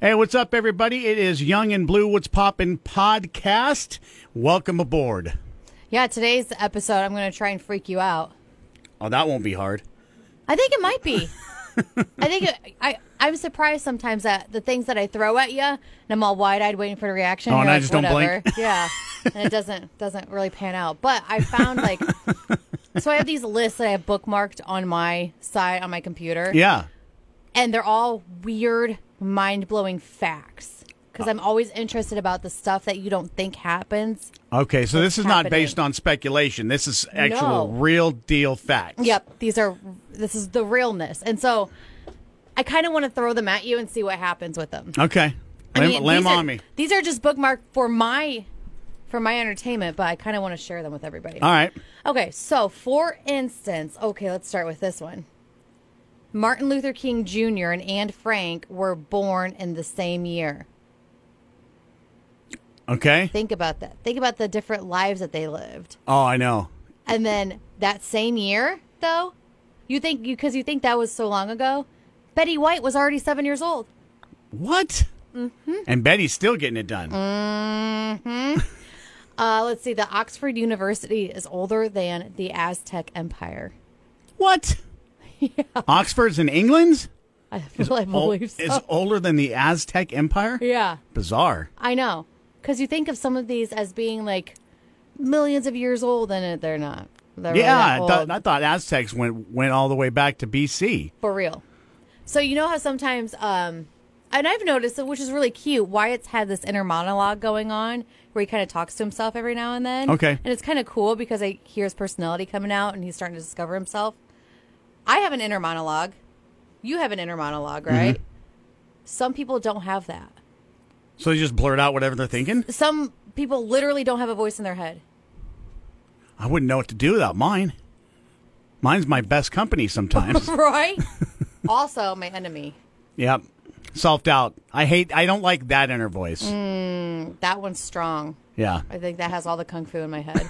Hey, what's up, everybody? It is Young and Blue What's Poppin' podcast. Welcome aboard. Yeah, today's episode, I'm going to try and freak you out. Oh, that won't be hard. I think it might be. I think it, I, I'm surprised sometimes that the things that I throw at you, and I'm all wide eyed waiting for the reaction. Oh, you're and I like, just don't whatever. blink. Yeah, and it doesn't doesn't really pan out. But I found like, so I have these lists that I have bookmarked on my side on my computer, Yeah. and they're all weird, mind blowing facts. Because I'm always interested about the stuff that you don't think happens. Okay, so this is not happening? based on speculation. This is actual No. real deal facts. Yep, these are this is the realness, and so I kind of want to throw them at you and see what happens with them. Okay. Lam, mean, lamb these are- on me. These are just bookmarked for my for my entertainment, but I kind of want to share them with everybody. All right. Okay, so for instance, okay, let's start with this one. Martin Luther King Jr. and Anne Frank were born in the same year. Okay. Think about that. Think about the different lives that they lived. Oh, I know. And then that same year, though, you think you because you think that was so long ago, Betty White was already seven years old. What? Mm-hmm. And Betty's still getting it done. Mm. Uh, let's see. The Oxford University is older than the Aztec Empire. What? Oxford's in England? I, feel I Ol- believe so. Is older than the Aztec Empire? yeah, Bizarre. I know. Because you think of some of these as being like millions of years old, and it- they're not. They're really yeah, not I old, thought, I thought Aztecs went went all the way back to BC. for real. So you know how sometimes, um, and I've noticed, which is really cute, Wyatt's had this inner monologue going on where he kind of talks to himself every now and then. Okay. and it's kind of cool because I hear his personality coming out, and he's starting to discover himself. I have an inner monologue. You have an inner monologue, right? Some people don't have that. So they just blurt out whatever they're thinking. Some people literally don't have a voice in their head. I wouldn't know what to do without mine. Mine's my best company sometimes. Right? also, my enemy. yep. Self doubt. I hate. I don't like that inner voice. Mm. That one's strong. Yeah. I think that has all the kung fu in my head.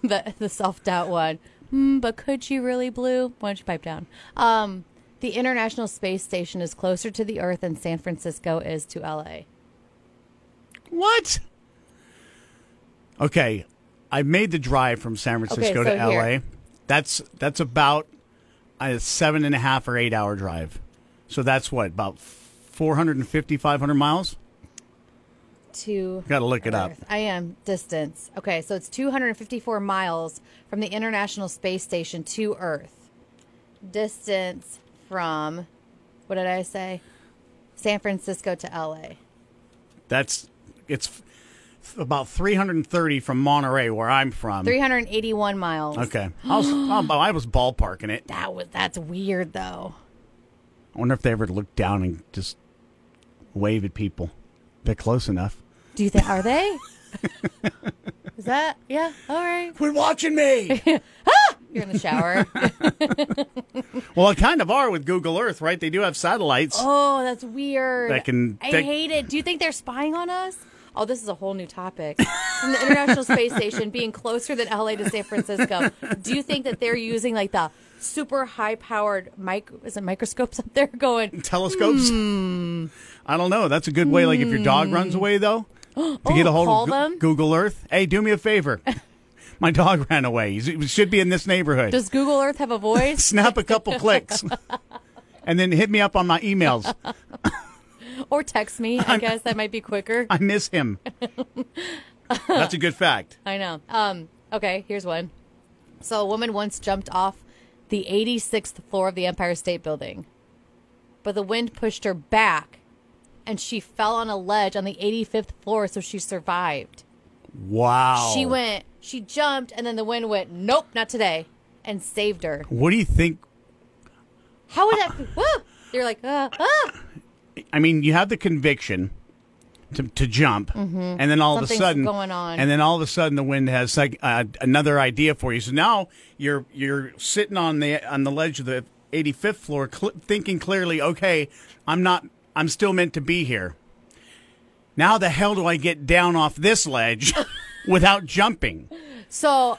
the the self doubt one. Hmm, but could you really, Blue? Why don't you pipe down? Um, the International Space Station is closer to the Earth than San Francisco is to LA. What? Okay, I made the drive from San Francisco so to LA. here. That's that's about a seven and a half or eight hour drive. So that's what about 450, 500 miles. To Gotta look it up. Earth. I am distance. Okay, so it's 254 miles from the International Space Station to Earth. Distance from what did I say? San Francisco to LA. That's it's f- about three hundred and thirty from Monterey, where I'm from. 381 miles. Okay, I was um, I was ballparking it. That was that's weird though. I wonder if they ever looked down and just wave at people. They're close enough. Do you think are they? Is that yeah? All right. Quit watching me. You're in the shower. well, they kind of are with Google Earth, right? They do have satellites. oh, that's weird. That can- I that- hate it. Do you think they're spying on us? Oh, this is a whole new topic. From the International Space Station being closer than LA to San Francisco, do you think that they're using like the super high powered mic is it microscopes up there going telescopes. I don't know. That's a good way. Like if your dog runs away, though, to get a hold call of Goo- them? Google Earth. Hey, do me a favor. My dog ran away. He's- He should be in this neighborhood. does Google Earth have a voice? Snap a couple clicks, and then hit me up on my emails. Or text me, I guess that might be quicker. I miss him. That's a good fact. I know. Um, okay, here's one. So a woman once jumped off the 86th floor of the Empire State Building, but the wind pushed her back, and she fell on a ledge on the 85th floor, so she survived. Wow. She went, she jumped, and then the wind went, nope, not today, and saved her. What do you think? How would that? Woo! You're like, ah, ah. I mean, you have the conviction to, to jump, and then all Mm-hmm. Something's of a sudden, going on. and then all of a sudden, the wind has like uh, another idea for you. So now you're you're sitting on the on the ledge of the 85th floor, cl- thinking clearly. Okay, I'm not. I'm still meant to be here. Now the hell do I get down off this ledge without jumping? So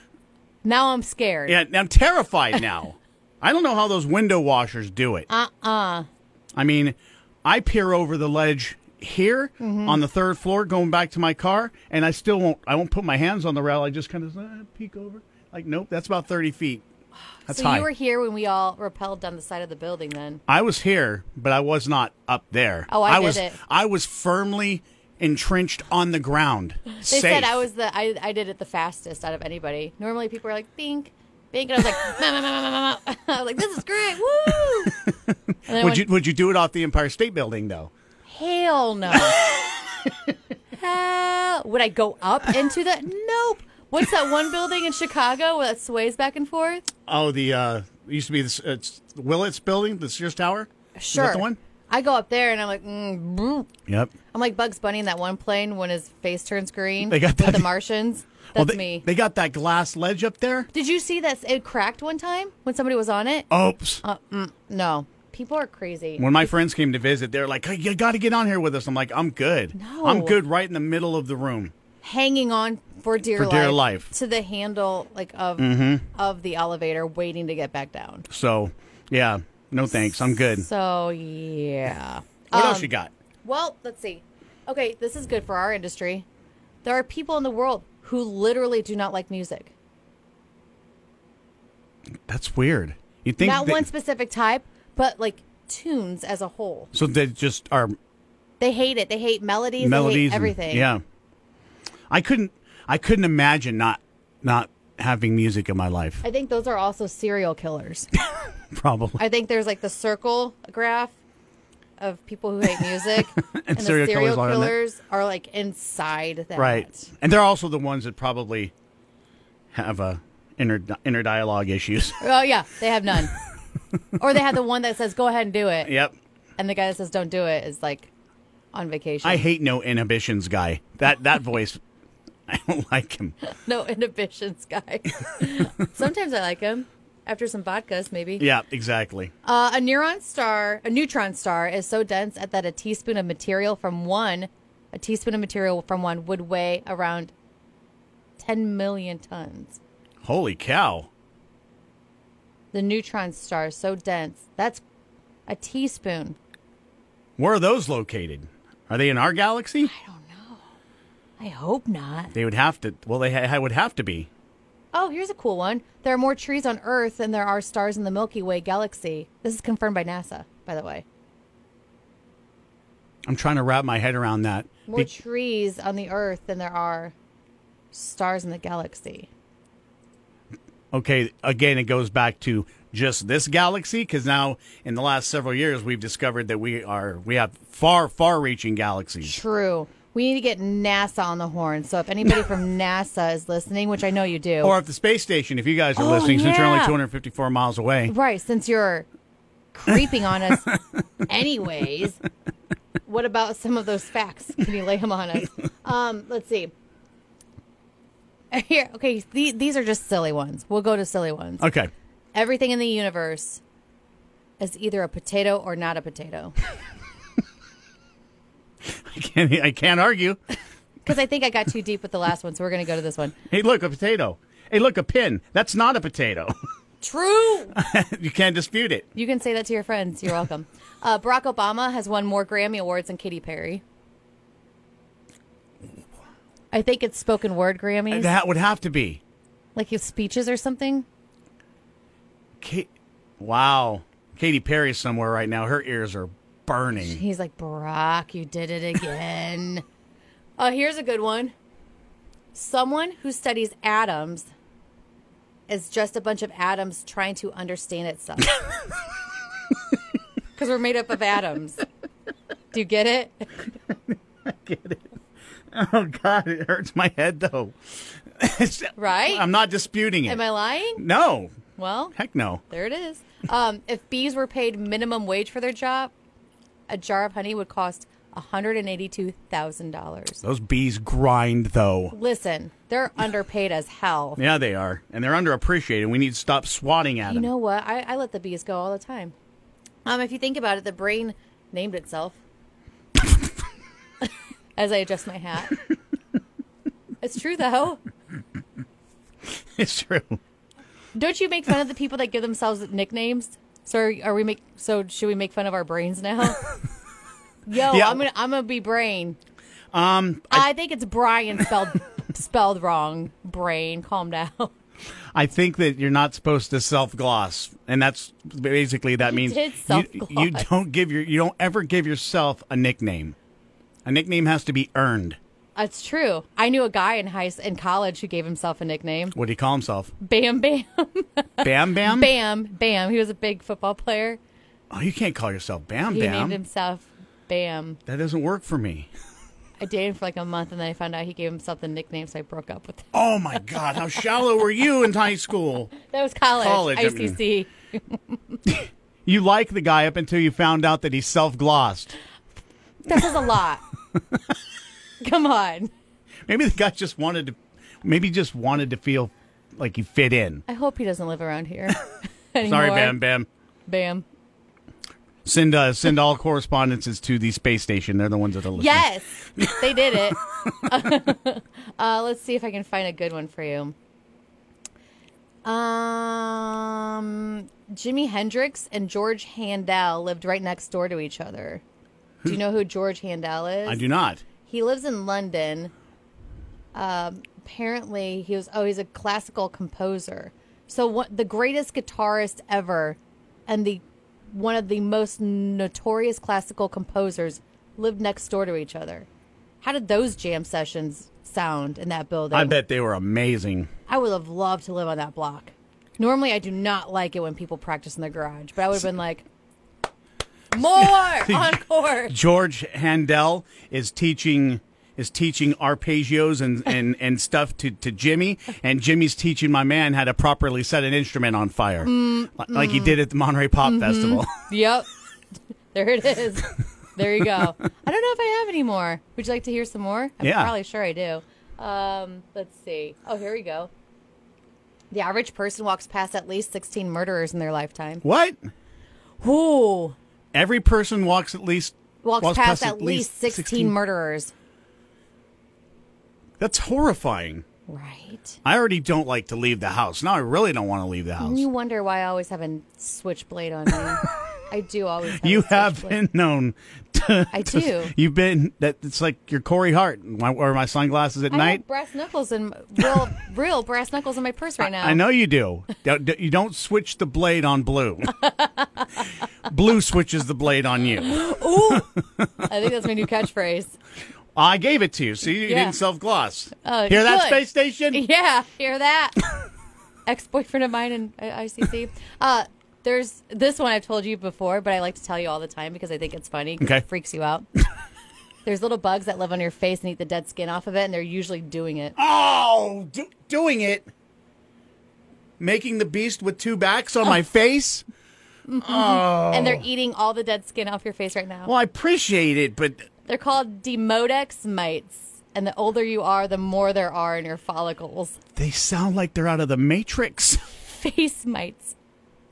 now I'm scared. Yeah, I'm Uh-uh. terrified now. I don't know how those window washers do it. Uh uh I mean, I peer over the ledge here Mm-hmm. on the third floor going back to my car, and I still won't. I won't put my hands on the rail. I just kind of uh, peek over. Like, nope, that's about thirty feet. That's so high. you were here when we all rappelled down the side of the building then. I was here, but I was not up there. Oh, I did was. it. I was firmly entrenched on the ground. They said I was the I, I did it the fastest out of anybody. Normally people are like bink, bink, and I was like, "Ma, ma, ma, ma, ma, ma, ma." I was like, this is great, woo! And Would then when- you Would you do it off the Empire State Building though? Hell no. Hell, would I go up into the? Nope. What's that one building in Chicago where that sways back and forth? Oh, the uh, it used to be the uh, Willits Building, the Sears Tower. Is Sure. that the one? I go up there and I'm like, mm, boop. Yep. I'm like Bugs Bunny in that one plane when his face turns green They got with that- the Martians. That's well, they, me. They got that glass ledge up there. Did you see that it cracked one time when somebody was on it? Oops. Uh, No. People are crazy. when my friends came to visit, they're like, "Hey, "You got to get on here with us." I'm like, "I'm good. No. I'm good." Right in the middle of the room. hanging on for dear For life, dear life. Mm-hmm. to the handle like of of the elevator waiting to get back down. So, yeah, no thanks. I'm good. So yeah. What um, else you got? Well, let's see. Okay, this is good for our industry. There are people in the world who literally do not like music. That's weird. You think Not that- one specific type, but like tunes as a whole. So they just are They hate it. They hate melodies, they melodies. hate and- everything. yeah. I couldn't. I couldn't imagine not not having music in my life. I think those are also serial killers. Probably. I think there's like the circle graph of people who hate music, and, the serial serial killers killers, are are, in that. like inside that. Right. And they're also the ones that probably have uh inner inner dialogue issues. Oh yeah, they have none. or they have the one that says go ahead and do it, yep. and the guy that says don't do it is like on vacation. I hate no inhibitions guy. That that voice I don't like him. no inhibitions guy. Sometimes I like him. After some vodkas, maybe. Yeah, exactly. Uh, a neuron star, a neutron star, is so dense at that a teaspoon of material from one, a teaspoon of material from one would weigh around 10 million tons. Holy cow. The neutron star is so dense. That's a teaspoon. Where are those located? Are they in our galaxy? I hope not. They would have to. Well, they ha- would have to be. Oh, here's a cool one. There are more trees on Earth than there are stars in the Milky Way galaxy. This is confirmed by NASA, by the way. I'm trying to wrap my head around that. More Be- trees on the Earth than there are stars in the galaxy. okay, again, it goes back to just this galaxy because now in the last several years we've discovered that we are we have far far-reaching galaxies. True. We need to get NASA on the horn. So if anybody from NASA is listening, which I know you do, Or if the space station, if you guys are Oh, listening, since you're only yeah. 254 miles away, right, since you're creeping on us, anyways, what about some of those facts? Can you lay them on us? Um, let's see. Here, okay, the, these are just silly ones. We'll go to silly ones. okay, Everything in the universe is either a potato or not a potato. I can't I can't argue. Because I think I got too deep with the last one, so we're going to go to this one. Hey, look, a potato. Hey, look, a pin. That's not a potato. True. you can't dispute it. You can say that to your friends. You're welcome. Uh, Barack Obama has won more Grammy Awards than Katy Perry. I think it's spoken word Grammys, That would have to be. like his speeches or something. Ka- wow, Katy Perry's somewhere right now. Her ears are burning. He's like, Barack, you did it again. uh, here's a good one. Someone who studies atoms is just a bunch of atoms trying to understand itself. Because we're made up of atoms. Do you get it? Oh God, it hurts my head though. It's- Right? I'm not disputing it. Am I lying? no, Well, heck no. There it is. Um, if bees were paid minimum wage for their job, a jar of honey would cost $182,000. Those bees grind though. Listen, they're underpaid as hell. Yeah, they are, and they're underappreciated. We need to stop swatting at You them. know what? I, I let the bees go all the time. Um, if you think about it, the brain named itself as I adjust my hat. It's true, though. it's true. Don't you make fun of the people that give themselves nicknames? So are, are we make so should we make fun of our brains now? Yo, Yeah. I'm gonna I'm gonna be brain. Um, I, I, think it's Brian spelled spelled wrong. Brain, calm down. I think that you're not supposed to self gloss, and that's basically that means did you, you self-gloss. don't give your you don't ever give yourself a nickname. A nickname has to be earned. That's true. I knew a guy in high s- in college who gave himself a nickname. What do you call himself? Bam Bam. Bam Bam. Bam Bam. He was a big football player. Oh, you can't call yourself Bam He Bam. named himself Bam. That doesn't work for me. I dated him for like a month and then I found out he gave himself the nickname, so I broke up with him. Oh my God, how shallow were you in high school? That was college. College, I mean. ICC. You like the guy up until you found out that he self glossed. That says a lot. Come on. Maybe the guy just wanted to, maybe just wanted to feel like he fit in. I hope he doesn't live around here. Sorry, anymore. Bam Bam. Bam. Send uh, send all correspondences to the space station. They're the ones that are listening. Yes, they did it. uh, let's see if I can find a good one for you. Um, Jimi Hendrix and George Handel lived right next door to each other. Do you know who George Handel is? I do not. He lives in London. Um, apparently, he was oh, he's a classical composer. So what, the greatest guitarist ever, and the one of the most notorious classical composers lived next door to each other. How did those jam sessions sound in that building? I bet they were amazing. I would have loved to live on that block. Normally, I do not like it when people practice in their garage, but I would have been like, more encore. George Handel is teaching is teaching arpeggios and, and, and stuff to, to Jimmy, and Jimmy's teaching my man how to properly set an instrument on fire, Mm, li- like he did at the Monterey Pop Mm-hmm. Festival. Yep. There it is. There you go. I don't know if I have any more. Would you like to hear some more? I'm Yeah. probably sure I do. Um, let's see. Oh, here we go. The average person walks past at least 16 murderers in their lifetime. what? Who Every person walks at least walks, past, at least 16, murderers? That's horrifying. Right. I already don't like to leave the house. Now I really don't want to leave the house. You wonder why I always have a switchblade on me. I do always. Have You a have switchblade. been known to. I to- do. You've been that. It's like your Corey Hart. My, wear my sunglasses at I night. have brass knuckles and real, real brass knuckles in my purse right now. I know you do. Don't- don't- You don't switch the blade on blue. blue switches the blade on you. I think that's my new catchphrase. I gave it to you. See, you Yeah. didn't self gloss. Oh, Hear that, good. space station? Yeah, hear that? Ex boyfriend of mine in I- ICC. Uh, there's this one I've told you before, but I like to tell you all the time because I think it's funny. 'cause Okay. It freaks you out. there's little bugs that live on your face and eat the dead skin off of it, and they're usually doing it. Oh, do, doing it. Making the beast with two backs on Oh. my face. Oh. And they're eating all the dead skin off your face right now. Well, I appreciate it, but They're called Demodex mites. And the older you are, the more there are in your follicles. they sound like they're out of the Matrix. Face mites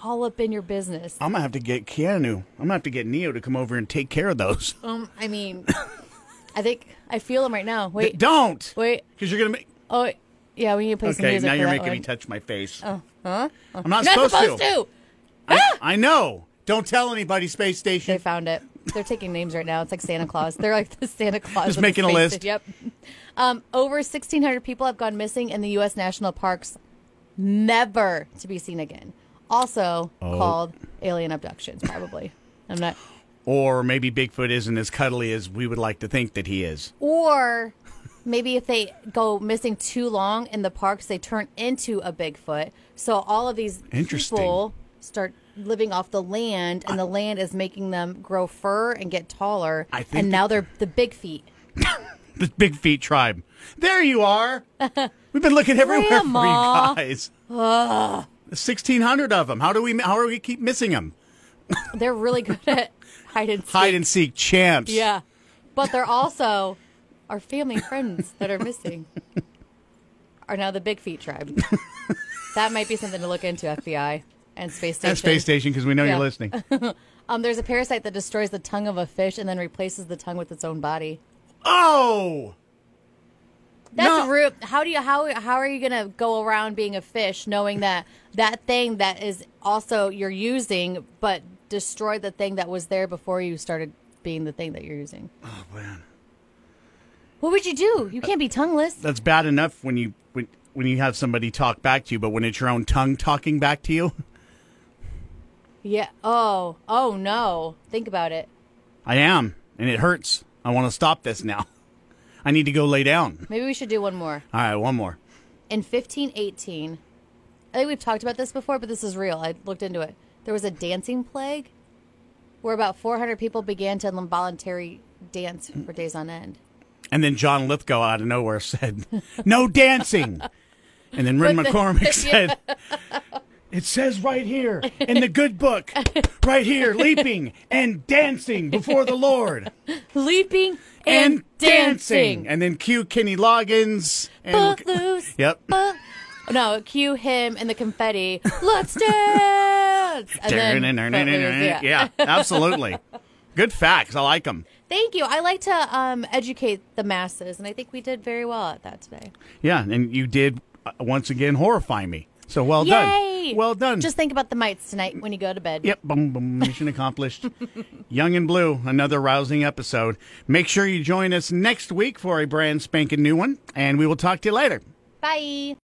all up in your business. I'm gonna have to get Keanu. I'm gonna have to get Neo to come over and take care of those. Um, I mean, I think I feel them right now. Wait, Don't, wait. because you're gonna make. Oh, yeah, we need to play some Okay, music. now for you're that making me one. touch my face. I'm not, You're not supposed, supposed to. to. I, I know. Don't tell anybody, space They station. found it. They're taking names right now. It's like Santa Claus. They're like the Santa Claus. Just of the making a space list. station. Yep. Um, over 1,600 people have gone missing in the U.S. national parks, never to be seen again. Also Oh. called alien abductions, probably. I'm not. Or maybe Bigfoot isn't as cuddly as we would like to think that he is. Or maybe if they go missing too long in the parks, they turn into a Bigfoot. So all of these Interesting. people start living off the land, and the land is making them grow fur and get taller. I think and now they're the big feet. The Big Feet tribe. There you are. We've been looking everywhere Grandma. for you guys. 1,600 of them. How do we? How are we keep missing them? They're really good at hide and seek. Hide and seek champs. yeah, but they're also our family and friends that are missing. Are now the big feet tribe. that might be something to look into, FBI and space station. And space station because we know Yeah. you're listening. Um, there's a parasite that destroys the tongue of a fish and then replaces the tongue with its own body. oh. That's No. rude. How do you how how are you gonna go around being a fish knowing that that thing that is also you're using but destroyed the thing that was there before you started being the thing that you're using. Oh man, What would you do? You can't be tongueless. that's bad enough when you when when you have somebody talk back to you, but when it's your own tongue talking back to you, Yeah. Oh. Oh no. Think about it. I am, and it hurts. I want to stop this now. I need to go lay down. Maybe we should do one more. All right, one more. In 1518, I think we've talked about this before, but this is real. I looked into it. There was a dancing plague where about 400 people began to involuntary dance for days on end. And then John Lithgow out of nowhere said, "No dancing." And then Ren But the- McCormick said, "It says right here in the good book, right here, leaping and dancing before the Lord Leaping and, and, dancing." And then cue Kenny Loggins and Footloose. yep. Foot- No, cue him and the confetti. Let's dance. And then Footloose, yeah. yeah, absolutely. Good facts. I like them. Thank you. I like to um, educate the masses, and I think we did very well at that today. Yeah, and you did uh, once again horrify me. So well Yay! done. Well done. Just think about the mites tonight when you go to bed. Yep, boom, boom, mission accomplished. Young and Blue, another rousing episode. Make sure you join us next week for a brand spanking new one, and we will talk to you later. Bye.